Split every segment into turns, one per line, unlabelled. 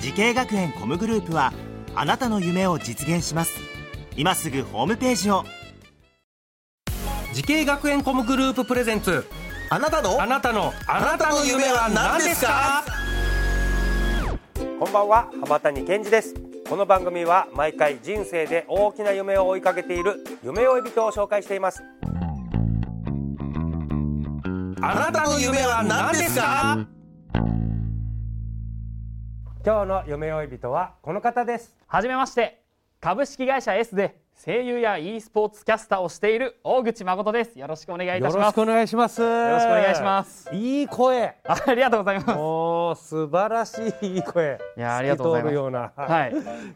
時系学園コムグループはあなたの夢を実現します今すぐホームページを
時系学園コムグループプレゼンツ
あなたの
あなたのあ
なたの夢は何ですか
こんばんは羽端に健二ですこの番組は毎回人生で大きな夢を追いかけている夢追い人を紹介しています
あなたの夢は何ですか
今日の夢追い人はこの方です
はじめまして株式会社 S で声優や e スポーツキャスターをしている大口誠ですよろしくお願いいた
よ
し
ろ
ま
し
す
くお願いします。よ
ろしくお願いします。
いい声。
あありがとうございます
もう透き通るよう、素晴らしい、いい声。
いやありがとうございます
は
はい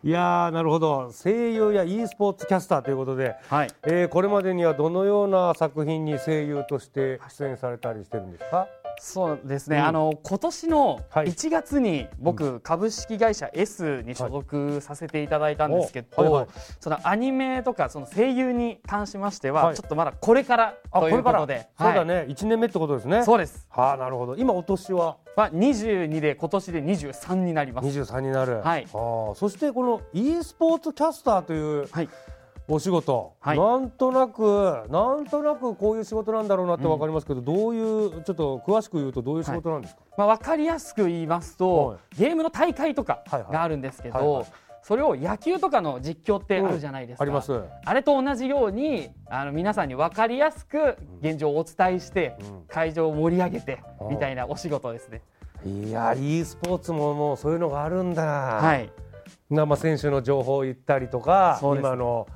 い。いやー、なるほど。声優や e スポーツキャスターということで。
はい
えーこれまでにはどのような作品に声優として出演されたりしてるんですか。
そうですね、
うん
あの今年の
はい
1月に僕、株式会社 S に所属させていただいたんですけど、
おはいはい
そのアニメとかその声優に関しましては、
はい
ちょっとまだこれから
あ、
という
から。
こ
そ
と
う
で、
だ
はい
ね、一年目ってことですね。
そうです、
はあ、なるほど。今お年は
まあ、22で今年で23になります
二十三になる。
はい
ああ、そしてこの e スポーツキャスターという。
はい
お仕事、
はい
なんとなくなんとなくこういう仕事なんだろうなってわかりますけど、どういうちょっと詳しく言うとどういう仕事なんですか、
まあ、分かりやすく言いますと、
はい
ゲームの大会とか
はいはい
があるんですけど、
はいはい
それを野球とかの実況ってあるじゃないですか、
ありますは
あれと同じようにあの皆さんに分かりやすく現状をお伝えして、
うん
会場を盛り上げて
うん
みたいなお仕事ですね。
いや e スポーツももうそういうのがあるんだ、
はい、
なまあ選手の情報を言ったりとか、
そうですね
今の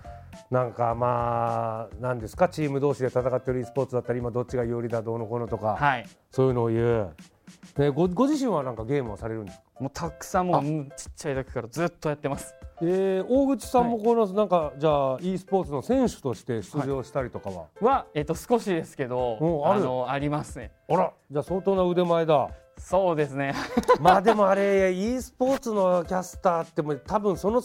なんかまあ何ですかチーム同士で戦ってる e スポーツだったり今どっちが有利だどうのこうのとか、
はい、
そういうのを言う、ね、ごご自身はなんかゲームをされるんですか
もうたくさんもううんちっちゃい時からずっとやってます。
えー、大口さんもこの、なんかじゃあ e スポーツの選手として出場したりとかは、
はえっ、と少しですけど、
おある
のありますね。
あらじゃあ相当な腕前だ
そうですね。
まあでもあれ e スポーツのキャスターってもう多分その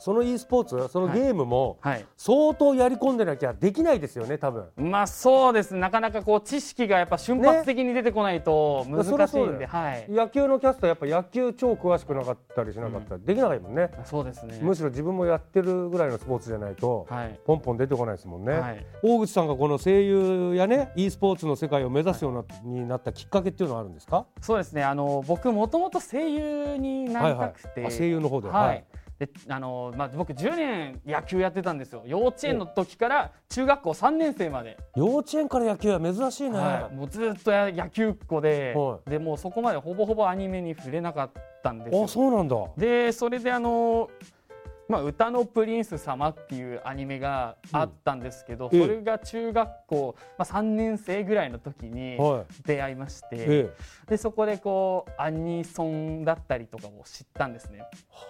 その e スポーツそのゲームも
はい。
相当やり込んでなきゃできないですよね多分
まあそうですね。なかなかこう知識がやっぱ瞬発的に出てこないと難しいん
そり
で、
ゃそうだよ
はい。
野球のキャスターやっぱ野球超詳しくなかったりしなかったり、できないもんね
そうですね。
むしろ自分もやってるぐらいのスポーツじゃないと、
はい。
ポンポン出てこないですもんね、
はい。
大口さんがこの声優やね e スポーツの世界を目指すような、になったきっかけっていうのはあるんですか
そうですね。あの僕もともと声優になりたくて、
はいはいあ声優の方で
はい。
はい
であのまあ、僕10年野球やってたんですよ幼稚園の時から中学校3年生まで、
幼稚園から野球は珍しいね、
はい、もうずっとや野球っ子で、
は
でもうそこまでほぼほぼアニメに触れなかったんですよ
あそうなんだ
でそれであの、まあ、歌のプリンス様っていうアニメがあったんですけ
う
ど、
んええ
それが中学校、まあ、3年生ぐらいの時に
はい
出会いまして、
え
でそこでこうアニソンだったりとかを知ったんですね。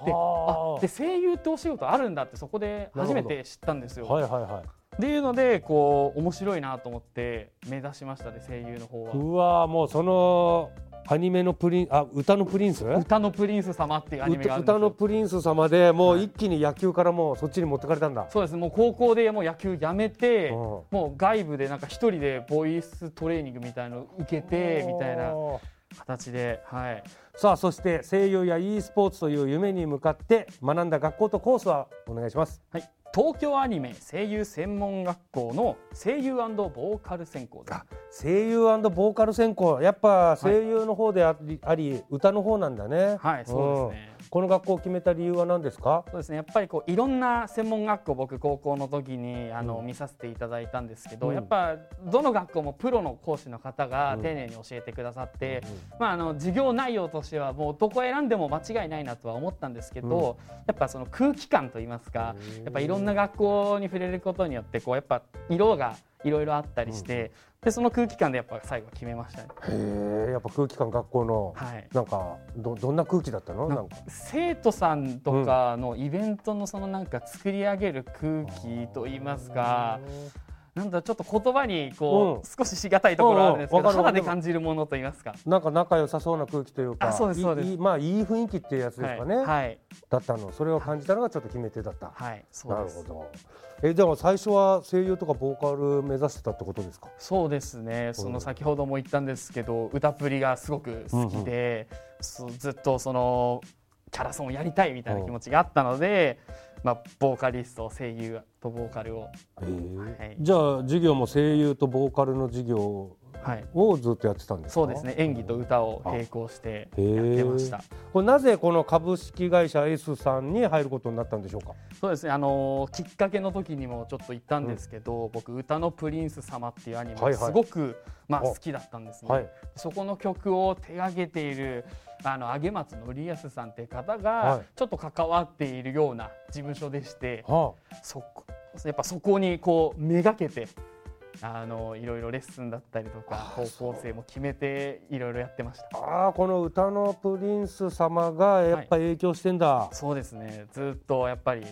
え
であ
は
で声優ってお仕事あるんだってそこで初めて知ったんです
あ
よ。
はいはいはい
っていうのでこう面白いなと思って目指しましたね声優の方は。
うわーもうそのアニメのプリンあ歌のプリンス
歌のプリンス様っていうアニメ
歌
があるん
歌
ですよ
のプリンス様でもう一気に野球からもうそっちに持ってかれたんだ、
そうですもう高校でもう野球やめて、
うん
もう外部でなんか一人でボイストレーニングみたいの受けてみたいな
おー
形で、はい、
さあそして声優や e スポーツという夢に向かって学んだ学校とコースはお願いします
はい、東京アニメ声優専門学校の声優ボーカル専攻です。
声優ボーカル専攻やっぱ声優の方であり,、あり歌の方なんだね
はい、そうですね。
うんこの学校を決めた理由は何ですか
そうですねやっぱりこういろんな専門学校僕高校の時にあの、見させていただいたんですけど、
うん
やっぱどの学校もプロの講師の方が丁寧に教えてくださって、まあ、あの授業内容としてはもうどこ選んでも間違いないなとは思ったんですけど、やっぱその空気感といいますかやっぱいろんな学校に触れることによってこうやっぱ色がいろいろあったりして、でその空気感でやっぱ最後は決めましたね。
へえやっぱ空気感学校の
はい
なんかどどんな空気だったのなんか
生徒さんとかのイベントのそのなんか作り上げる空気といいますか、なんだちょっと言葉にこう、少ししがたいところはあるんですけ
うん
ど、
うんわか
肌
る
で感じるものといいますか。
なんか仲良さそうな空気というか
あそうです
いい
そうです
いいまあいい雰囲気っていうやつですかね、
はい、はい、
だったのそれを感じたのがちょっと決め手だった、
はいそう
な
で
るほ。
す
どえでも最初は声優とかボーカル目指してたってことですか
そうですね、その先ほども言ったんですけど歌プリがすごく好きで、そうずっとそのキャラソンをやりたいみたいな気持ちがあったので、まあ、ボーカリスト声優とボーカルを、はい
じゃあ授業も声優とボーカルの授業
はい、
をずっとやってたんですか
そうですね演技と歌を並行して
へえ
やってました。
これなぜこの株式会社 S さんに入ることになったんでしょうか
そうですね、あのーきっかけの時にもちょっと言ったんですけど、僕「歌のプリンス様」っていうアニメ
はい
が
はい
すごく、まあ、
あ
好きだったんですね、
はい
そこの曲を手がけているあの上松典康さんっていう方が、
はい
ちょっと関わっているような事務所でして
は
そこやっぱそこにこうめがけて。あのーいろいろレッスンだったりとか高校生も決めていろいろやってました
ああーこの歌のプリンス様がやっぱ影響してんだ、
そうですねずっとやっぱり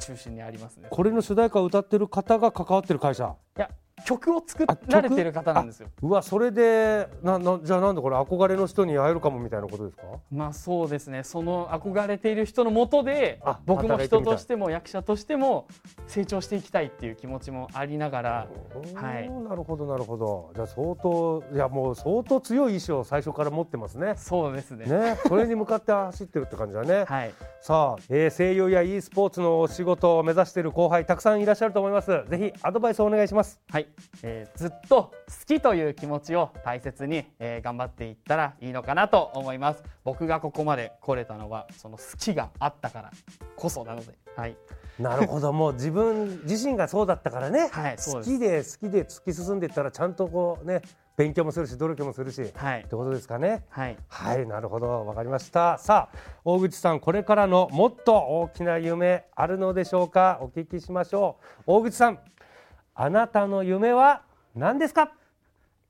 中心にありますね
これの主題歌を歌ってる方が関わってる会社
いや曲を作られてる方なんですよ
うわそれでななじゃあなんでこれ憧れの人に会えるかもみたいなことですか
まあそうですねその憧れている人のもとで
あ
僕も
働いて
人
みたい
としても役者としても成長していきたいっていう気持ちもありながらはい
おーなるほどなるほどじゃあ相当いやもう相当強い意志を最初から持ってますね
そうですね
ね、それに向かって走ってるって感じだ ね、
はい
さあ、えー声優や e スポーツのお仕事を目指している後輩たくさんいらっしゃると思いますぜひアドバイスをお願いします
はい、えーずっと好きという気持ちを大切に、えー頑張っていったらいいのかなと思います僕がここまで来れたのはその好きがあったからこそなのではい
なるほどもう自分自身がそうだったからね、
はいそう
好
です
きで好きで突き進んでいったらちゃんとこうね勉強もするし努力もするし、って
はい
ことですかね
はい
はいなるほどわかりましたさあ大口さんこれからのもっと大きな夢あるのでしょうかお聞きしましょう大口さんあなたの夢は何ですか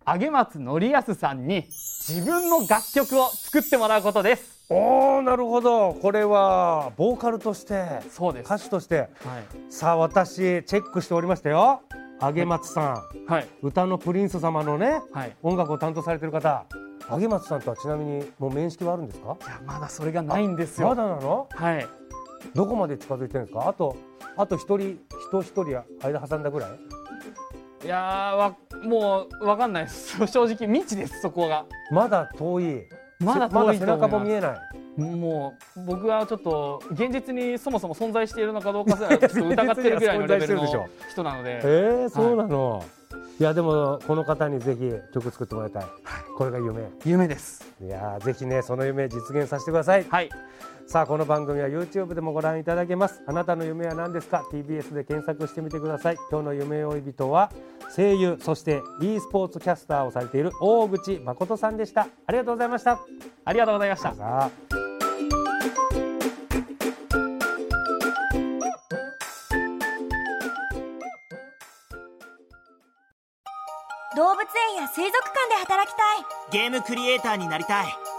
上松典康さんに自分の楽曲を作ってもらうことです
おおなるほどこれはボーカルとして
そうです
歌手として
はい
さあ私チェックしておりましたよ上松さん、
はい
歌のプリンス様のね、
はい
音楽を担当されてる方上松さんとはちなみにもう面識はあるんですか
いやまだそれがないんですよ
まだなの
はい
どこまで近づいてるんですかあとあと一人人一人間挟んだぐらい
いやーわもうわかんないです 正直未知ですそこが
まだ遠い
まだ遠い
背
と思
中
い
も
ます
見えない
もう僕はちょっと現実にそもそも存在しているのかどうかすらちょっと疑ってるぐらいのレベル
存在してる
の人なの で、
えー、そうなの、い、やでもこの方にぜひ曲作ってもらいたいこれが夢
夢です
いやーぜひねその夢実現させてください
はい
さあこの番組は YouTube でもご覧いただけますあなたの夢は何ですか TBS で検索してみてください今日の夢追い人は声優そして e スポーツキャスターをされている大口誠さんでしたありがとうございました
ありがとうございました
さあ
動物園や水族館で働きたい
ゲームクリエイターになりたい